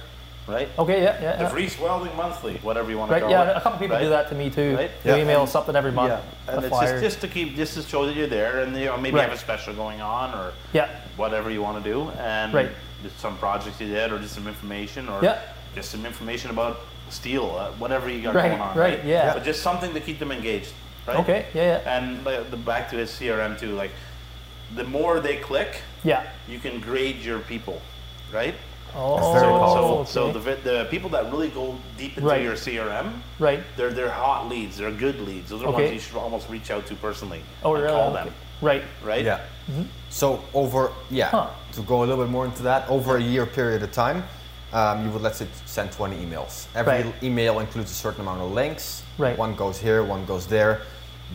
Speaker 3: right?
Speaker 2: Okay. Yeah. Yeah.
Speaker 3: The
Speaker 2: yeah.
Speaker 3: Vries Welding Monthly, whatever you want to
Speaker 2: Right.
Speaker 3: call it.
Speaker 2: Yeah. A couple people
Speaker 3: right?
Speaker 2: do that to me too.
Speaker 3: Right?
Speaker 2: They
Speaker 1: Yeah.
Speaker 2: email something every month.
Speaker 3: Yeah, and
Speaker 2: a
Speaker 3: it's just,
Speaker 2: flyer.
Speaker 3: just to keep just to show that you're there, and you know, maybe
Speaker 2: Right.
Speaker 3: have a special going on or
Speaker 2: yeah.
Speaker 3: whatever you want to do, and
Speaker 2: Right.
Speaker 3: just some projects you did, or just some information, or
Speaker 2: Yeah.
Speaker 3: just some information about steel, uh, whatever you got
Speaker 2: Right,
Speaker 3: going on.
Speaker 2: right, yeah.
Speaker 3: But just something to keep them engaged. Right.
Speaker 2: Okay. Yeah. Yeah.
Speaker 3: And like, the back to his CRM too, like the more they click,
Speaker 2: Yeah.
Speaker 3: you can grade your people, right?
Speaker 2: Oh.
Speaker 1: very
Speaker 3: so,
Speaker 1: powerful.
Speaker 3: so,
Speaker 2: okay.
Speaker 3: so the, vi- the people that really go deep into
Speaker 2: Right.
Speaker 3: your CRM,
Speaker 2: right.
Speaker 3: they're they're hot leads. They're good leads. Those are ones
Speaker 2: Okay.
Speaker 3: you should almost reach out to personally.
Speaker 2: Oh,
Speaker 3: and
Speaker 2: really?
Speaker 3: Call
Speaker 2: Okay.
Speaker 3: them,
Speaker 2: Right.
Speaker 3: right?
Speaker 1: Yeah. Mm-hmm. So over yeah,
Speaker 2: Huh.
Speaker 1: to go a little bit more into that, over a year period of time, um, you would let's say send 20 emails. Every
Speaker 2: Right.
Speaker 1: email includes a certain amount of links.
Speaker 2: Right.
Speaker 1: One goes here, one goes there.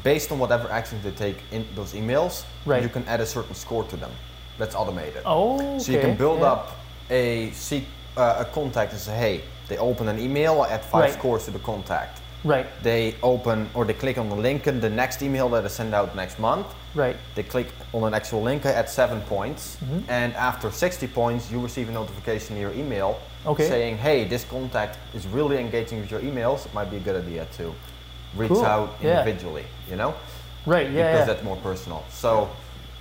Speaker 1: Based on whatever actions they take in those emails,
Speaker 2: Right.
Speaker 1: you can add a certain score to them. That's automated.
Speaker 2: Oh.
Speaker 1: So you can
Speaker 2: okay,
Speaker 1: build
Speaker 2: yeah.
Speaker 1: up a seek, uh, a contact and say, hey, they open an email, I add five
Speaker 2: Right.
Speaker 1: scores to the contact.
Speaker 2: Right.
Speaker 1: They open or they click on the link in the next email that is sent out next month.
Speaker 2: Right.
Speaker 1: They click on an actual link at seven points,
Speaker 2: Mm-hmm.
Speaker 1: and after 60 points, you receive a notification in your email
Speaker 2: Okay.
Speaker 1: saying, "Hey, this contact is really engaging with your emails. It might be a good idea to reach
Speaker 2: Cool.
Speaker 1: out
Speaker 2: Yeah.
Speaker 1: individually." You know,
Speaker 2: Right. Yeah.
Speaker 1: because
Speaker 2: yeah.
Speaker 1: that's more personal. So,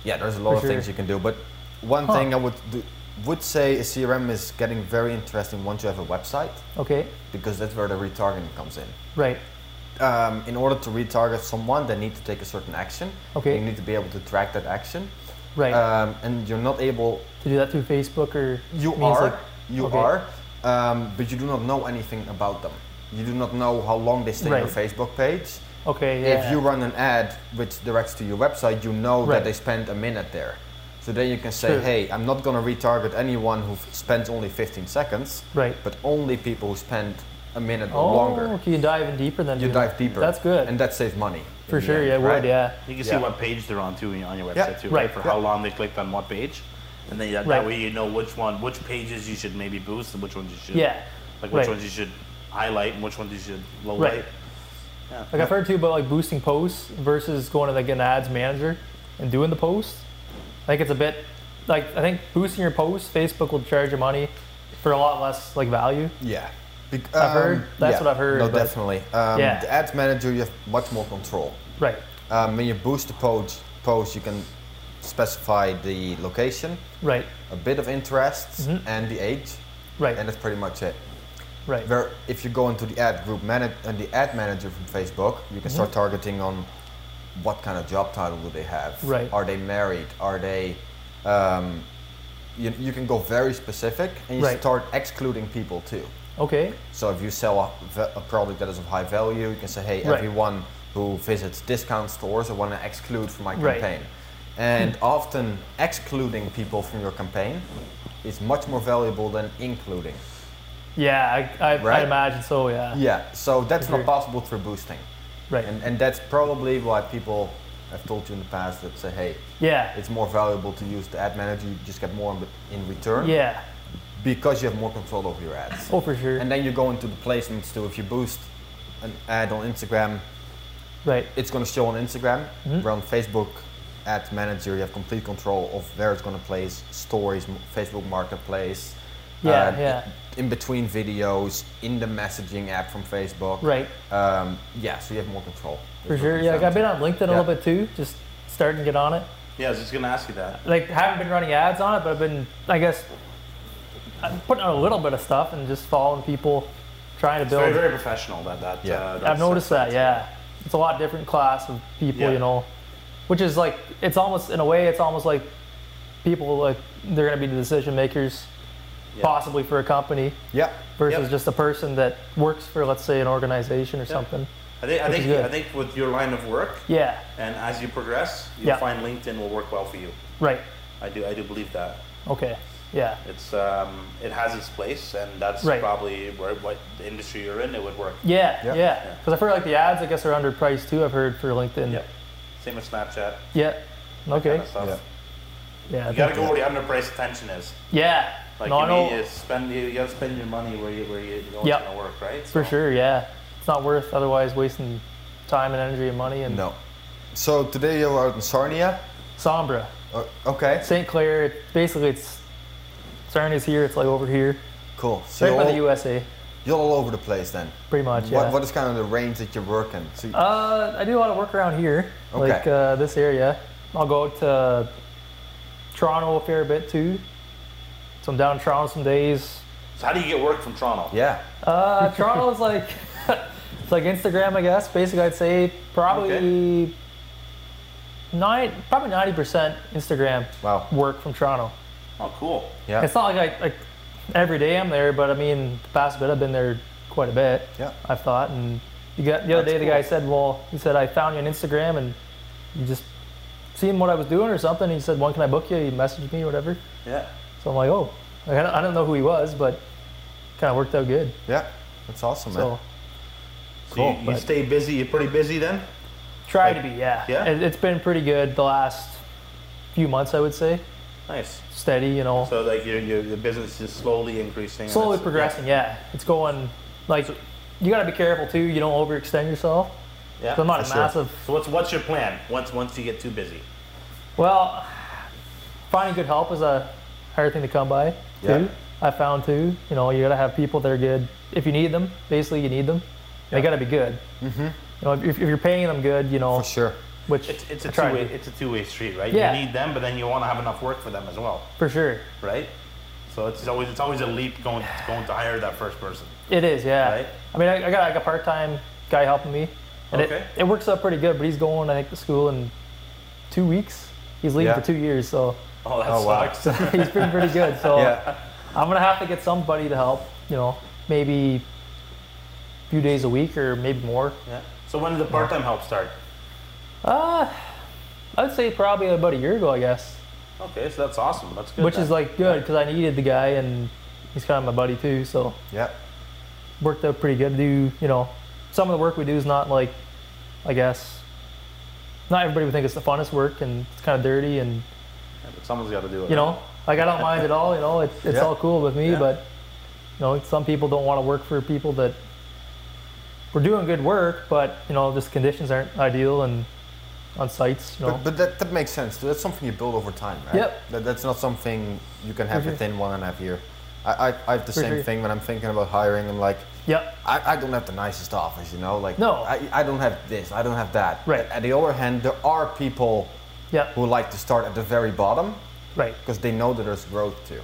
Speaker 1: yeah, there's a lot
Speaker 2: For
Speaker 1: of things
Speaker 2: sure.
Speaker 1: you can do, but one
Speaker 2: Huh.
Speaker 1: thing I would do, would say is CRM is getting very interesting once you have a website
Speaker 2: Okay.
Speaker 1: because that's where the retargeting comes in
Speaker 2: Right.
Speaker 1: um, in order to retarget someone, they need to take a certain action.
Speaker 2: Okay.
Speaker 1: You need to be able to track that action.
Speaker 2: Right.
Speaker 1: Um, and you're not able,
Speaker 2: to do that through Facebook or
Speaker 1: you
Speaker 2: means
Speaker 1: are,
Speaker 2: like-
Speaker 1: you
Speaker 2: okay.
Speaker 1: are, um, but you do not know anything about them. You do not know how long they stay on your
Speaker 2: Right.
Speaker 1: Facebook page.
Speaker 2: okay. Yeah.
Speaker 1: If you run an ad which directs to your website, you know that
Speaker 2: Right.
Speaker 1: they spent a minute there. So then you can say,
Speaker 2: True.
Speaker 1: hey, I'm not going to retarget anyone who f- spends only 15 seconds,
Speaker 2: right.
Speaker 1: but only people who spend a minute
Speaker 2: oh,
Speaker 1: or longer.
Speaker 2: okay, you dive in deeper then.
Speaker 1: You
Speaker 2: do that.
Speaker 1: dive deeper.
Speaker 2: That's good.
Speaker 1: And that saves money. in
Speaker 2: for
Speaker 1: the
Speaker 2: sure.
Speaker 1: end,
Speaker 2: Yeah. it
Speaker 1: right?
Speaker 2: Would. Yeah.
Speaker 3: You can
Speaker 1: Yeah.
Speaker 3: see what page they're on too on your website
Speaker 1: Yeah,
Speaker 3: too,
Speaker 2: right,
Speaker 3: right? For
Speaker 1: yeah.
Speaker 3: how long they clicked on what page, and then
Speaker 2: Right.
Speaker 3: that, that way you know which one, which pages you should maybe boost and which ones you should,
Speaker 2: Yeah.
Speaker 3: like which
Speaker 2: right.
Speaker 3: ones you should highlight and which ones you should low
Speaker 2: Right.
Speaker 3: light. Yeah.
Speaker 2: Like I've heard too about like boosting posts versus going to like an ads manager and doing the post. I think it's a bit like I think boosting your post, Facebook will charge you money for a lot less like value.
Speaker 1: Yeah. Bec- um,
Speaker 2: I've heard- that's what I've heard,
Speaker 1: No,
Speaker 2: but-
Speaker 1: definitely. Um,
Speaker 2: Yeah.
Speaker 1: The ads manager, you have much more control.
Speaker 2: Right.
Speaker 1: Um, when you boost the post, post, you can specify the location,
Speaker 2: Right.
Speaker 1: a bit of interests, and the age,
Speaker 2: Mm-hmm. Right.
Speaker 1: and that's pretty much it.
Speaker 2: right.
Speaker 1: Where if you go into the ad group manage and the ad manager from Facebook, you can
Speaker 2: Mm-hmm.
Speaker 1: start targeting on what kind of job title do they have?
Speaker 2: Right.
Speaker 1: Are they married? Are they? Um, you, you can go very specific, and you
Speaker 2: Right.
Speaker 1: start excluding people too.
Speaker 2: okay.
Speaker 1: So if you sell a, v- a product that is of high value, you can say, hey,
Speaker 2: Right.
Speaker 1: everyone who visits discount stores, I want to exclude from my
Speaker 2: Right. Hmm.
Speaker 1: campaign. And often excluding people from your campaign is much more valuable than including.
Speaker 2: Yeah, I, I,
Speaker 1: Right.
Speaker 2: I imagine so. Yeah.
Speaker 1: Yeah, so that's
Speaker 2: Sure.
Speaker 1: not possible through boosting.
Speaker 2: Right.
Speaker 1: And, and that's probably why people have told you in the past that say, hey,
Speaker 2: yeah.
Speaker 1: it's more valuable to use the ad manager, you just get more in- in return
Speaker 2: Yeah.
Speaker 1: because you have more control over your ads.
Speaker 2: Oh, for sure.
Speaker 1: And then you go into the placements too. If you boost an ad on Instagram,
Speaker 2: right.
Speaker 1: it's going to show on Instagram.
Speaker 2: Mm-hmm.
Speaker 1: Where on Facebook Ad Manager, you have complete control of where it's going to place, stories, m- Facebook Marketplace.
Speaker 2: Yeah,
Speaker 1: um,
Speaker 2: yeah.
Speaker 1: In between videos, in the messaging app from Facebook.
Speaker 2: Right.
Speaker 1: Um, yeah, so you have more control. That's
Speaker 2: For
Speaker 1: what
Speaker 2: sure.
Speaker 1: we
Speaker 2: Yeah. Like
Speaker 1: found.
Speaker 2: I've been on LinkedIn a
Speaker 1: Yeah.
Speaker 2: little bit too. Just starting to get on it.
Speaker 3: Yeah, I was just gonna ask you that.
Speaker 2: like haven't been running ads on it, but I've been, I guess, I'm putting out a little bit of stuff and just following people, trying to
Speaker 3: It's very
Speaker 2: build.
Speaker 3: very professional. That that.
Speaker 1: Yeah.
Speaker 3: Uh,
Speaker 2: I've
Speaker 3: that's-
Speaker 2: noticed that, yeah, it's a lot different class of people,
Speaker 3: Yeah.
Speaker 2: you know, which is like it's almost in a way it's almost like people like they're gonna be the decision makers,
Speaker 3: Yeah.
Speaker 2: possibly for a company
Speaker 1: Yeah.
Speaker 2: versus
Speaker 3: Yep.
Speaker 2: just a person that works for let's say an organization or something.
Speaker 3: I think I
Speaker 2: Which is
Speaker 3: think
Speaker 2: good.
Speaker 3: I think with your line of work
Speaker 2: Yeah,
Speaker 3: and as you progress, you'll
Speaker 2: Yeah.
Speaker 3: find LinkedIn will work well for you.
Speaker 2: right.
Speaker 3: I do I do believe that.
Speaker 2: Okay. Yeah.
Speaker 3: It's um, it has its place, and that's
Speaker 2: Right. Mm-hmm.
Speaker 3: probably where what the industry you're in, it would work.
Speaker 2: Yeah,
Speaker 1: Yeah.
Speaker 2: yeah. Because I've heard like the ads, I guess, are underpriced too. I've heard for LinkedIn.
Speaker 3: Yeah. Same with Snapchat.
Speaker 2: Yeah. Okay.
Speaker 3: Kind of stuff.
Speaker 1: Yeah.
Speaker 2: Yeah. I
Speaker 3: You gotta
Speaker 2: think-
Speaker 3: go where the underpriced attention is.
Speaker 2: Yeah.
Speaker 3: Like
Speaker 2: no, I
Speaker 3: you, need
Speaker 2: know
Speaker 3: to spend, you, you gotta spend your money where you where you know
Speaker 2: Yeah.
Speaker 3: it's gonna work, right?
Speaker 2: for
Speaker 3: So-
Speaker 2: sure. Yeah, it's not worth otherwise wasting time and energy and money. And
Speaker 1: No. So today you're out in Sarnia.
Speaker 2: Sombra,
Speaker 1: Uh, okay.
Speaker 2: St. Clair. It, basically, it's Sarnia's here. It's like over here,
Speaker 1: Cool. So
Speaker 2: right
Speaker 1: you're,
Speaker 2: by the
Speaker 1: all,
Speaker 2: USA,
Speaker 1: you're all over the place then.
Speaker 2: pretty much. Yeah.
Speaker 1: What, what is kind of the range that you work in? So you-
Speaker 2: Uh, I do a lot of work around here,
Speaker 1: Okay.
Speaker 2: like uh, this area. I'll go out to Toronto a fair bit too. So I'm down in Toronto some days.
Speaker 3: So how do you get work from Toronto?
Speaker 1: yeah.
Speaker 2: Uh, Toronto's like *laughs* it's like Instagram, I guess. Basically, I'd say probably nine, probably ninety percent Instagram
Speaker 1: Wow.
Speaker 2: work from Toronto.
Speaker 3: Oh, cool.
Speaker 1: Yeah.
Speaker 2: It's not like I like every day I'm there, but I mean, the past bit I've been there quite a bit.
Speaker 1: Yeah.
Speaker 2: I've thought, and you got the other
Speaker 3: That's
Speaker 2: day the
Speaker 3: cool.
Speaker 2: guy said, well, he said I found you on Instagram and you just seen what I was doing or something. He said, when can I book you? He messaged me, whatever.
Speaker 3: Yeah.
Speaker 2: So I'm like, oh, Like, I don't, I don't know who he was, but kind of worked out good.
Speaker 1: Yeah. That's awesome, man.
Speaker 2: So.
Speaker 3: So
Speaker 1: Cool,
Speaker 3: You, you
Speaker 1: but-
Speaker 3: stay busy. You're pretty busy then.
Speaker 2: Try
Speaker 3: Like-
Speaker 2: to be, yeah.
Speaker 3: Yeah?
Speaker 2: It, it's been pretty good the last few months, I would say.
Speaker 3: Nice.
Speaker 2: Steady, you know,
Speaker 3: So like your your, your business is slowly increasing. and
Speaker 2: slowly
Speaker 3: it's-
Speaker 2: progressing. Yeah. it's going like you got to be careful too. You don't overextend yourself.
Speaker 3: Yeah.
Speaker 2: So I'm not a
Speaker 3: for
Speaker 2: massive-
Speaker 3: So what's what's your plan once once you get too busy?
Speaker 2: Well, finding good help is a hard thing to come by.
Speaker 1: Yeah.
Speaker 2: Too. I found too. You know, you gotta have people that are good. If you need them, basically you need them. They gotta be good. Mm-hmm. You know, if, if you're paying them good, you know,
Speaker 1: For sure.
Speaker 2: which
Speaker 3: It's it's a
Speaker 2: I try
Speaker 3: two
Speaker 2: to
Speaker 3: way
Speaker 2: do.
Speaker 3: it's a two way street, right?
Speaker 2: Yeah.
Speaker 3: You need them, but then you want to have enough work for them as well,
Speaker 2: for sure
Speaker 3: right? So it's always it's always a leap going going to hire that first person.
Speaker 2: it is. Yeah.
Speaker 3: Right.
Speaker 2: I mean, I, I got like a part-time guy helping me, and
Speaker 3: Okay.
Speaker 2: it, it works out pretty good. But he's going, I think, to school in two weeks. He's leaving
Speaker 1: Yeah.
Speaker 2: for two years, so *laughs*
Speaker 3: Oh, that
Speaker 1: Oh, wow.
Speaker 3: sucks.
Speaker 2: he's been pretty good. So
Speaker 1: Yeah.
Speaker 2: I'm gonna have to get somebody to help. You know, maybe a few days a week or maybe more.
Speaker 3: Yeah. So when did the part time help start?
Speaker 2: Uh, I'd say probably about a year ago, I guess,
Speaker 3: Okay, so that's awesome. That's good.
Speaker 2: which is
Speaker 3: then.
Speaker 2: like good because I needed the guy and he's kind of my buddy too, so
Speaker 1: Yeah.
Speaker 2: worked out pretty good. Do you know some of the work we do is not like, I guess, not everybody would think it's the funnest work and it's kind of dirty and
Speaker 3: Yeah, but someone's got to do it.
Speaker 2: you know like I don't mind at all. You know, it's it's
Speaker 1: Yeah.
Speaker 2: all cool with me,
Speaker 3: Yeah.
Speaker 2: but you know some people don't want to work for people that we're doing good work, but you know just conditions aren't ideal and on sites, you know.
Speaker 1: But, but that, that makes sense. That's something you build over time, right?
Speaker 2: Yep.
Speaker 1: That, that's not something you can have
Speaker 2: sure.
Speaker 1: within one and a half year. I, I, I have the
Speaker 2: For
Speaker 1: same
Speaker 2: sure.
Speaker 1: thing when I'm thinking about hiring. I'm like,
Speaker 2: yep.
Speaker 1: I, I don't have the nicest office, you know? Like,
Speaker 2: No.
Speaker 1: I, I don't have this, I don't have that.
Speaker 2: Right.
Speaker 1: At the other hand, there are people
Speaker 2: Yep.
Speaker 1: who like to start at the very bottom
Speaker 2: Right.
Speaker 1: because they know that there's growth too.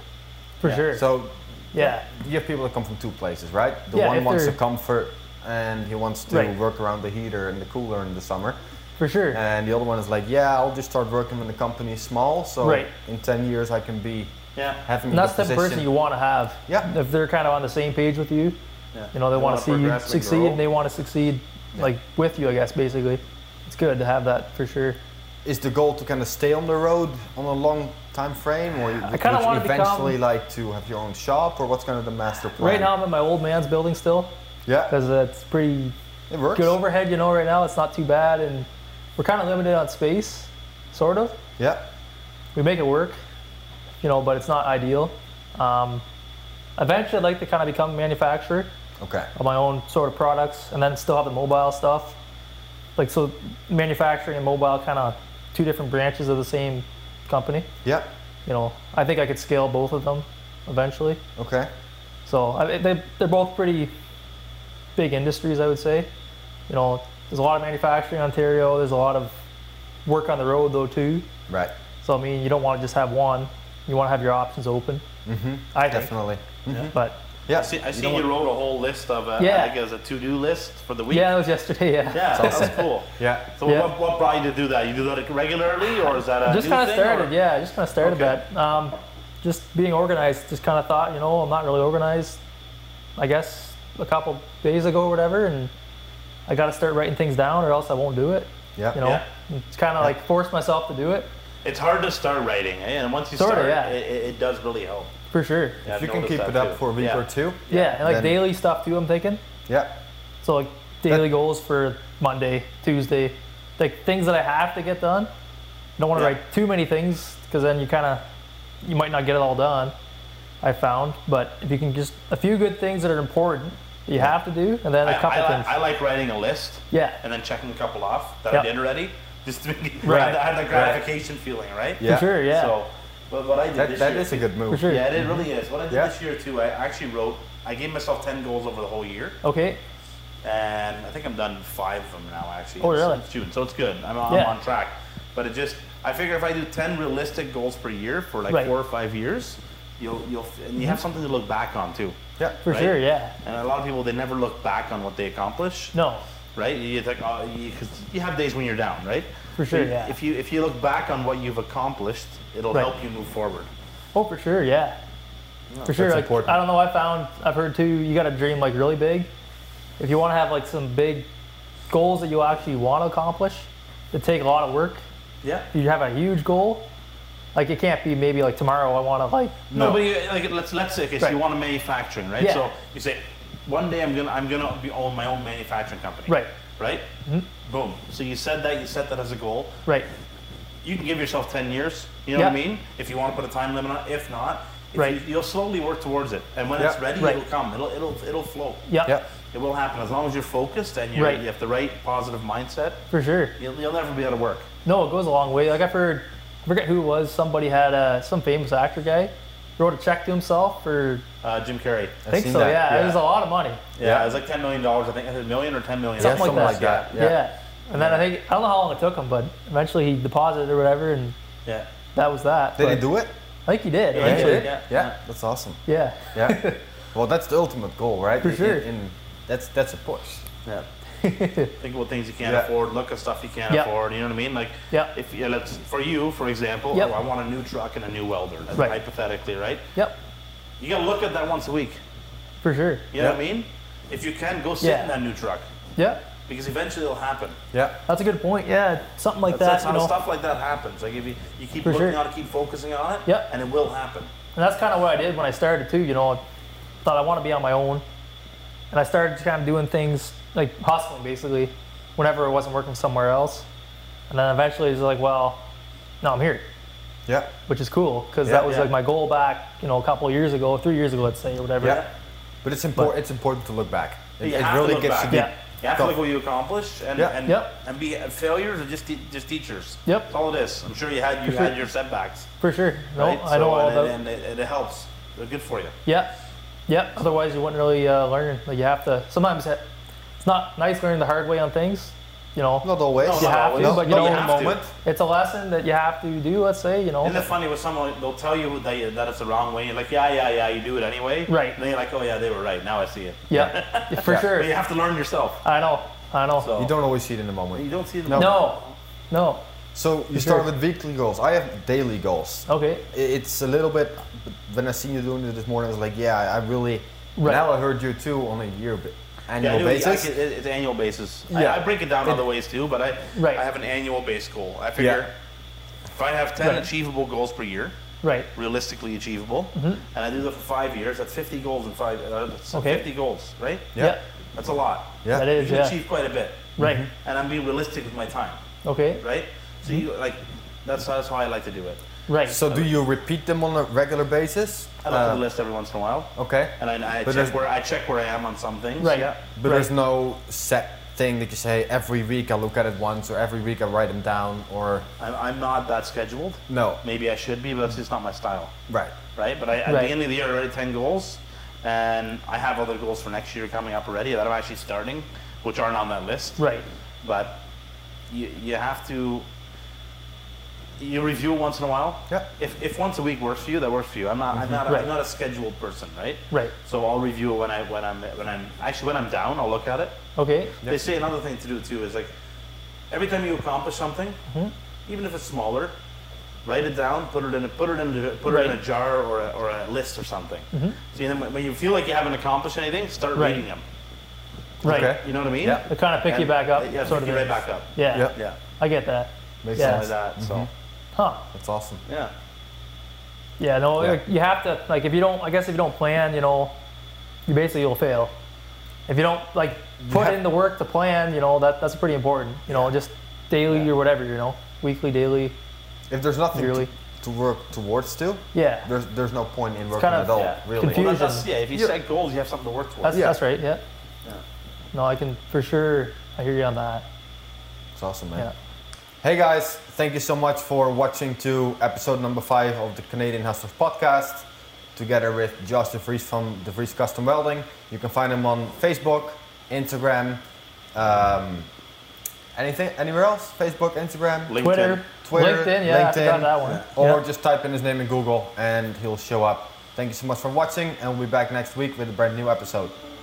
Speaker 2: For sure.
Speaker 1: So
Speaker 2: yeah.
Speaker 1: you have people that come from two places, right? The
Speaker 2: Yeah,
Speaker 1: one
Speaker 2: if
Speaker 1: wants the
Speaker 2: they're-
Speaker 1: comfort and he wants to
Speaker 2: Right.
Speaker 1: work around the heater and the cooler in the summer.
Speaker 2: For sure.
Speaker 1: And the other one is like, yeah, I'll just start working when the company is small. So
Speaker 2: Right.
Speaker 1: in 10 years, I can be
Speaker 3: Yeah.
Speaker 1: having
Speaker 2: and that's the
Speaker 1: the position.
Speaker 2: person you want to have.
Speaker 1: Yeah.
Speaker 2: If they're kind of on the same page with you,
Speaker 3: Yeah.
Speaker 2: you know, they, want
Speaker 3: They wanna
Speaker 2: to see you
Speaker 3: progress and
Speaker 2: succeed
Speaker 3: grow.
Speaker 2: and they want to succeed like with you, I guess, basically. It's good to have that for sure.
Speaker 1: is the goal to kind of stay on the road on a long time frame or you, would
Speaker 2: kinda
Speaker 1: you
Speaker 2: wanna
Speaker 1: eventually
Speaker 2: become-
Speaker 1: like to have your own shop or what's kind of the master plan
Speaker 2: Right now, I'm in my old man's building still
Speaker 1: yeah
Speaker 2: because it's pretty
Speaker 1: it works
Speaker 2: good overhead, you know, right now. It's not too bad. And we're kind of limited on space, sort of.
Speaker 1: yeah
Speaker 2: we make it work, you know, but it's not ideal. Um, eventually, I'd like to kind of become a manufacturer
Speaker 1: okay
Speaker 2: of my own sort of products, and then still have the mobile stuff. Like so, manufacturing and mobile kind of two different branches of the same company.
Speaker 1: yeah
Speaker 2: You know, I think I could scale both of them eventually.
Speaker 1: okay
Speaker 2: So I, they they're both pretty big industries, I would say. You know, there's a lot of manufacturing in Ontario. There's a lot of work on the road though too.
Speaker 1: right
Speaker 2: So I mean, you don't want to just have one. You want to have your options open. Mm-hmm. I think,
Speaker 1: definitely
Speaker 2: but
Speaker 1: yeah
Speaker 3: I see, I
Speaker 1: You
Speaker 3: see
Speaker 1: don't
Speaker 3: you,
Speaker 1: want-
Speaker 3: wrote a whole list of, uh,
Speaker 2: Yeah.
Speaker 3: I think it was a to do list for the week.
Speaker 2: yeah, it was yesterday. *laughs* Yeah,
Speaker 3: *laughs* Yeah, that was cool.
Speaker 1: yeah
Speaker 3: So
Speaker 2: Yeah.
Speaker 3: What, what brought you to do that? You do that regularly, or is that a
Speaker 2: just
Speaker 3: new
Speaker 2: kind of
Speaker 3: thing,
Speaker 2: started.
Speaker 3: Uh, or-
Speaker 2: Yeah, just kind of started
Speaker 3: Okay.
Speaker 2: that. Um, just being organized. Just kind of thought, you know, I'm not really organized. I guess a couple days ago or whatever, and I got to start writing things down, or else I won't do it.
Speaker 1: yeah
Speaker 2: You know,
Speaker 3: Yeah.
Speaker 2: it's kind of like force myself to do it
Speaker 3: It's hard to start writing, eh? and once you
Speaker 2: Sorta,
Speaker 3: start,
Speaker 2: yeah.
Speaker 3: it, it, it does really help.
Speaker 2: for sure.
Speaker 3: Yeah,
Speaker 1: if
Speaker 3: I've
Speaker 1: you can
Speaker 3: noticed
Speaker 1: keep
Speaker 3: that
Speaker 1: it up
Speaker 3: too.
Speaker 1: for a week
Speaker 3: Yeah.
Speaker 1: or two
Speaker 2: Yeah, and like
Speaker 1: Then-
Speaker 2: daily stuff too. I'm thinking.
Speaker 1: yeah
Speaker 2: So like daily goals for Monday, Tuesday, like things that I have to get done. Don't want to
Speaker 3: Yeah.
Speaker 2: write too many things because then you kind of you might not get it all done. I found, but if you can just a few good things that are important that you have to do, and then
Speaker 3: I,
Speaker 2: a couple
Speaker 3: I,
Speaker 2: things.
Speaker 3: Like, I like writing a list
Speaker 2: yeah,
Speaker 3: and then checking a couple off that
Speaker 2: Yeah.
Speaker 3: I did already, *laughs* just to make,
Speaker 2: Right.
Speaker 3: I had that gratification feeling, right?
Speaker 1: yeah
Speaker 2: for sure. Yeah,
Speaker 3: So, but what I did
Speaker 1: that,
Speaker 3: this
Speaker 1: that
Speaker 3: year,
Speaker 1: is a good move
Speaker 2: for sure.
Speaker 3: yeah, it really is. What I did
Speaker 1: Yeah.
Speaker 3: this year too, I actually wrote. I gave myself ten goals over the whole year.
Speaker 2: Okay.
Speaker 3: and I think I'm done five of them now actually.
Speaker 2: Oh,
Speaker 3: It's-
Speaker 2: really?
Speaker 3: it's June, so it's good. I'm, I'm
Speaker 2: Yeah.
Speaker 3: on track. But it just, I figure if I do ten realistic goals per year for like
Speaker 2: Right. Mhm.
Speaker 3: four or five years, you'll you'll and you have something to look back on too.
Speaker 1: yeah
Speaker 2: For
Speaker 3: Right?
Speaker 2: sure. Yeah.
Speaker 3: And a lot of people they never look back on what they accomplish,
Speaker 2: No.
Speaker 3: right? You think, oh, you, 'cause you have days when you're down, right?
Speaker 2: For sure,
Speaker 3: But
Speaker 2: yeah.
Speaker 3: If you if you look back on what you've accomplished, it'll
Speaker 2: Right.
Speaker 3: help you move forward.
Speaker 2: Oh, for sure. Yeah. for sure.
Speaker 1: that's
Speaker 2: Like,
Speaker 1: important.
Speaker 2: I don't know. I found I've heard too. You got to dream like really big. If you want to have like some big goals that you actually want to accomplish, that take a lot of work.
Speaker 3: Yeah.
Speaker 2: You have a huge goal. Like it can't be maybe like tomorrow. I want to like.
Speaker 3: No,
Speaker 1: No.
Speaker 3: but you, like let's let's say okay, so
Speaker 2: Right.
Speaker 3: you want to manufacturing, right?
Speaker 2: Yeah.
Speaker 3: So you say one day I'm gonna I'm gonna be own my own manufacturing company.
Speaker 2: Right.
Speaker 3: Right.
Speaker 2: Mm-hmm.
Speaker 3: Boom. So you said that you set that as a goal.
Speaker 2: Right.
Speaker 3: You can give yourself ten years. You know what
Speaker 2: Yeah.
Speaker 3: I mean? If you want to put a time limit on. it. If not, if
Speaker 2: Right.
Speaker 3: You, you'll slowly work towards it, and when it's
Speaker 1: Yeah.
Speaker 3: ready,
Speaker 2: Right.
Speaker 3: it'll come. It'll it'll it'll flow.
Speaker 2: Yeah.
Speaker 1: yeah
Speaker 3: It will happen as long as you're focused and you're,
Speaker 2: Right.
Speaker 3: you have the right positive mindset.
Speaker 2: for sure.
Speaker 3: You'll, you'll never be out of work.
Speaker 2: No, it goes a long way. Like I've heard, I forget who it was. Somebody had a some famous actor guy wrote a check to himself for
Speaker 3: Uh, Jim Carrey.
Speaker 2: I
Speaker 1: I've
Speaker 2: think
Speaker 1: seen
Speaker 2: so.
Speaker 1: that,
Speaker 2: Yeah, it
Speaker 1: yeah.
Speaker 2: was a lot of money.
Speaker 3: Yeah, it was like ten million dollars. I think a million or ten million.
Speaker 1: Yeah,
Speaker 2: Something
Speaker 1: something
Speaker 2: like
Speaker 1: like that.
Speaker 2: Yeah.
Speaker 1: Yeah.
Speaker 2: And then I think I don't know how long it took him, but eventually he deposited or whatever, and
Speaker 3: Yeah.
Speaker 2: that was that.
Speaker 1: Did
Speaker 2: but
Speaker 1: he do it?
Speaker 2: I think he did.
Speaker 3: Yeah, he
Speaker 2: eventually.
Speaker 3: did, yeah.
Speaker 1: Yeah, that's awesome.
Speaker 2: Yeah.
Speaker 1: Yeah. *laughs* well, that's the ultimate goal, right?
Speaker 2: For
Speaker 1: In-
Speaker 2: sure.
Speaker 1: in- in- that's that's a push.
Speaker 2: *laughs*
Speaker 3: Yeah. Think about things you can't
Speaker 1: Yeah.
Speaker 3: afford. Look at stuff you can't
Speaker 2: Yeah.
Speaker 3: afford. You know what I mean? Like,
Speaker 2: Yeah.
Speaker 3: if yeah, let's for you, for example,
Speaker 2: Yep.
Speaker 3: oh, I want a new truck and a new welder, as-
Speaker 2: Right.
Speaker 3: hypothetically, right?
Speaker 2: Yep.
Speaker 3: You gotta look at that once a week.
Speaker 2: For sure.
Speaker 3: You know what I mean? If you can, go sit
Speaker 2: Yeah.
Speaker 3: in that new truck
Speaker 2: Yeah.
Speaker 3: because eventually it'll happen.
Speaker 1: Yeah.
Speaker 2: That's a good point. Yeah. Something like
Speaker 3: that's
Speaker 2: that.
Speaker 3: how
Speaker 2: You know.
Speaker 3: stuff like that happens. Like if you, you keep
Speaker 2: For
Speaker 3: looking
Speaker 2: sure.
Speaker 3: on it, keep focusing on it,
Speaker 2: Yep.
Speaker 3: and it will happen.
Speaker 2: And that's kind of what I did when I started too. You know, I thought I want to be on my own, and I started kind of doing things like hustling basically, whenever I wasn't working somewhere else. And then eventually it's like, well, now I'm here,
Speaker 1: Yeah.
Speaker 2: which is cool because
Speaker 1: Yeah,
Speaker 2: that was
Speaker 1: yeah.
Speaker 2: like my goal back, you know, a couple of years ago, three years ago, let's say, or whatever.
Speaker 1: Yeah. But it's important. It's important to look back. It,
Speaker 3: You
Speaker 1: it
Speaker 3: have to
Speaker 1: really
Speaker 3: look
Speaker 1: gets
Speaker 3: back.
Speaker 1: to be.
Speaker 2: Yeah.
Speaker 3: You have to
Speaker 1: Go.
Speaker 3: look what you accomplish, and
Speaker 1: Yeah.
Speaker 3: and,
Speaker 2: Yep.
Speaker 3: and be failures are just te- just teachers.
Speaker 2: Yep.
Speaker 3: That's all it is. I'm sure you had you
Speaker 2: For sure.
Speaker 3: had your setbacks.
Speaker 2: For sure. No,
Speaker 3: right?
Speaker 2: I know all
Speaker 3: and,
Speaker 2: about.
Speaker 3: and it, it helps. They're good for you.
Speaker 2: Yeah. Yeah. Otherwise, you wouldn't really uh, learn. Like you have to. Sometimes it- it's not nice learning the hard way on things. You know.
Speaker 1: Not always.
Speaker 3: No,
Speaker 2: You
Speaker 3: not
Speaker 2: have
Speaker 3: always.
Speaker 2: to, but you
Speaker 1: not
Speaker 2: know,
Speaker 1: in
Speaker 3: you
Speaker 1: the
Speaker 3: have to.
Speaker 1: moment.
Speaker 2: it's a lesson that you have to do. Let's say, you know.
Speaker 3: Isn't it funny with someone they'll tell you that you, that it's the wrong way? You're like, yeah, yeah, yeah, you do it anyway.
Speaker 2: Right.
Speaker 3: And then you're like, oh yeah, they were right. Now I see it. *laughs*
Speaker 2: Yeah, for
Speaker 1: Yeah.
Speaker 2: sure.
Speaker 3: But you have to learn yourself.
Speaker 2: I know. I know.
Speaker 3: So
Speaker 1: You don't always see it in the
Speaker 3: you
Speaker 1: moment.
Speaker 3: don't see the
Speaker 1: No.
Speaker 2: no, no.
Speaker 1: So you
Speaker 2: For sure.
Speaker 1: start with weekly goals. I have daily goals.
Speaker 3: Oh.
Speaker 2: Okay.
Speaker 1: I- It's a little bit. When I seen you doing it this morning, I was like, yeah, I really.
Speaker 2: Right.
Speaker 1: Now I heard you too on a year ba-
Speaker 3: Yeah, I
Speaker 1: annual
Speaker 3: do, I
Speaker 1: basis.
Speaker 3: can- it- it's annual basis. I-
Speaker 1: Yeah.
Speaker 3: I, break it down
Speaker 1: It-
Speaker 3: other ways too, but I
Speaker 2: Right.
Speaker 3: I have an annual base goal. I figure if I have ten
Speaker 2: Right.
Speaker 3: achievable goals per year,
Speaker 2: Right.
Speaker 3: realistically achievable, and I do that for five years, that's fifty goals in five. Uh, that's
Speaker 2: Mm-hmm. Okay.
Speaker 3: Fifty goals, right?
Speaker 1: Yeah.
Speaker 2: Yeah.
Speaker 3: That's a lot.
Speaker 1: Yeah.
Speaker 2: That
Speaker 3: You
Speaker 2: is.
Speaker 3: can
Speaker 2: Yeah.
Speaker 3: achieve quite a bit,
Speaker 2: Right.
Speaker 3: and I'm being realistic with my time,
Speaker 2: Okay.
Speaker 3: right? So
Speaker 2: Mm-hmm.
Speaker 3: you like that's that's how I like to do it.
Speaker 2: Right.
Speaker 1: So do you repeat them on a regular basis?
Speaker 3: I like
Speaker 1: Uh,
Speaker 3: to list every once in a while,
Speaker 1: okay.
Speaker 3: and I, I
Speaker 1: But
Speaker 3: check
Speaker 1: there's-
Speaker 3: where I check where I am on some things.
Speaker 2: right.
Speaker 3: Yeah.
Speaker 1: But
Speaker 2: right.
Speaker 1: there's no set thing that you say every week I look at it once or every week I write them down or
Speaker 3: I'm, I'm not that scheduled.
Speaker 1: no.
Speaker 3: Maybe I should be, but that's just not my style.
Speaker 1: Right.
Speaker 3: right? But I,
Speaker 2: Right.
Speaker 3: at the beginning of the year, I already 10 goals, and I have other goals for next year coming up already that I'm actually starting, which aren't on that list.
Speaker 2: Right.
Speaker 3: But you, you have to, you review once in a while.
Speaker 1: Yeah.
Speaker 3: If, if once a week works for you, that works for you. I'm not, I'm not, a,
Speaker 2: Mm-hmm. Right.
Speaker 3: I'm not a scheduled person, right?
Speaker 2: Right.
Speaker 3: So I'll review it when I, when I'm, when I'm, actually when I'm down, I'll look at it.
Speaker 2: Okay.
Speaker 3: They say another thing to do too is like every time you accomplish something,
Speaker 2: Mm-hmm.
Speaker 3: even if it's smaller, write it down, put it in a put it in a, put it in a
Speaker 2: Right. Mm-hmm.
Speaker 3: jar or a, or a list or something. So you know, when- when you feel like you haven't accomplished anything, start
Speaker 2: Right.
Speaker 3: reading them.
Speaker 2: Right.
Speaker 1: Okay.
Speaker 3: You know what I mean?
Speaker 1: Yeah.
Speaker 2: It kind of pick you
Speaker 3: And-
Speaker 2: back up.
Speaker 3: Yeah,
Speaker 2: sort
Speaker 3: pick
Speaker 2: of
Speaker 3: you right
Speaker 2: thing.
Speaker 3: back up.
Speaker 2: Yeah.
Speaker 1: Yep.
Speaker 3: Yeah,
Speaker 2: I get that.
Speaker 1: Makes
Speaker 2: Yeah.
Speaker 3: like
Speaker 1: sense.
Speaker 3: that. So
Speaker 2: Mm-hmm. Huh.
Speaker 1: That's awesome.
Speaker 3: yeah,
Speaker 2: Yeah. No.
Speaker 1: Yeah.
Speaker 2: like, You have to like if you don't. I guess if you don't plan, you know, you basically will fail. If you don't like put
Speaker 1: Yeah.
Speaker 2: in the work to plan, you know that that's pretty important. You know, just daily
Speaker 3: Yeah.
Speaker 2: or whatever. You know, weekly, daily.
Speaker 1: If there's nothing to-
Speaker 2: Yearly.
Speaker 1: to, work towards still,
Speaker 2: Yeah.
Speaker 1: there's there's no point in working
Speaker 2: kind of-
Speaker 1: at all,
Speaker 3: yeah,
Speaker 1: really.
Speaker 2: confu-
Speaker 3: Well, that's, yeah. If you
Speaker 1: Yeah.
Speaker 3: set goals, you have something to work towards.
Speaker 2: That's
Speaker 1: Yeah.
Speaker 2: that's right. Yeah.
Speaker 3: Yeah.
Speaker 2: No, I can for sure. I hear you on that.
Speaker 1: It's awesome, man.
Speaker 2: Yeah.
Speaker 1: Hey guys, thank you so much for watching to episode number five of the Canadian Hustlers podcast, together with Josh De Vries from De Vries Custom Welding. You can find him on Facebook, Instagram, um, anything, anywhere else? Facebook, Instagram,
Speaker 3: LinkedIn.
Speaker 2: Twitter,
Speaker 1: Twitter,
Speaker 2: LinkedIn. Yeah, I forgot
Speaker 1: LinkedIn,
Speaker 2: that one.
Speaker 1: or
Speaker 2: Yeah.
Speaker 1: just type in his name in Google and he'll show up. Thank you so much for watching, and we'll be back next week with a brand new episode.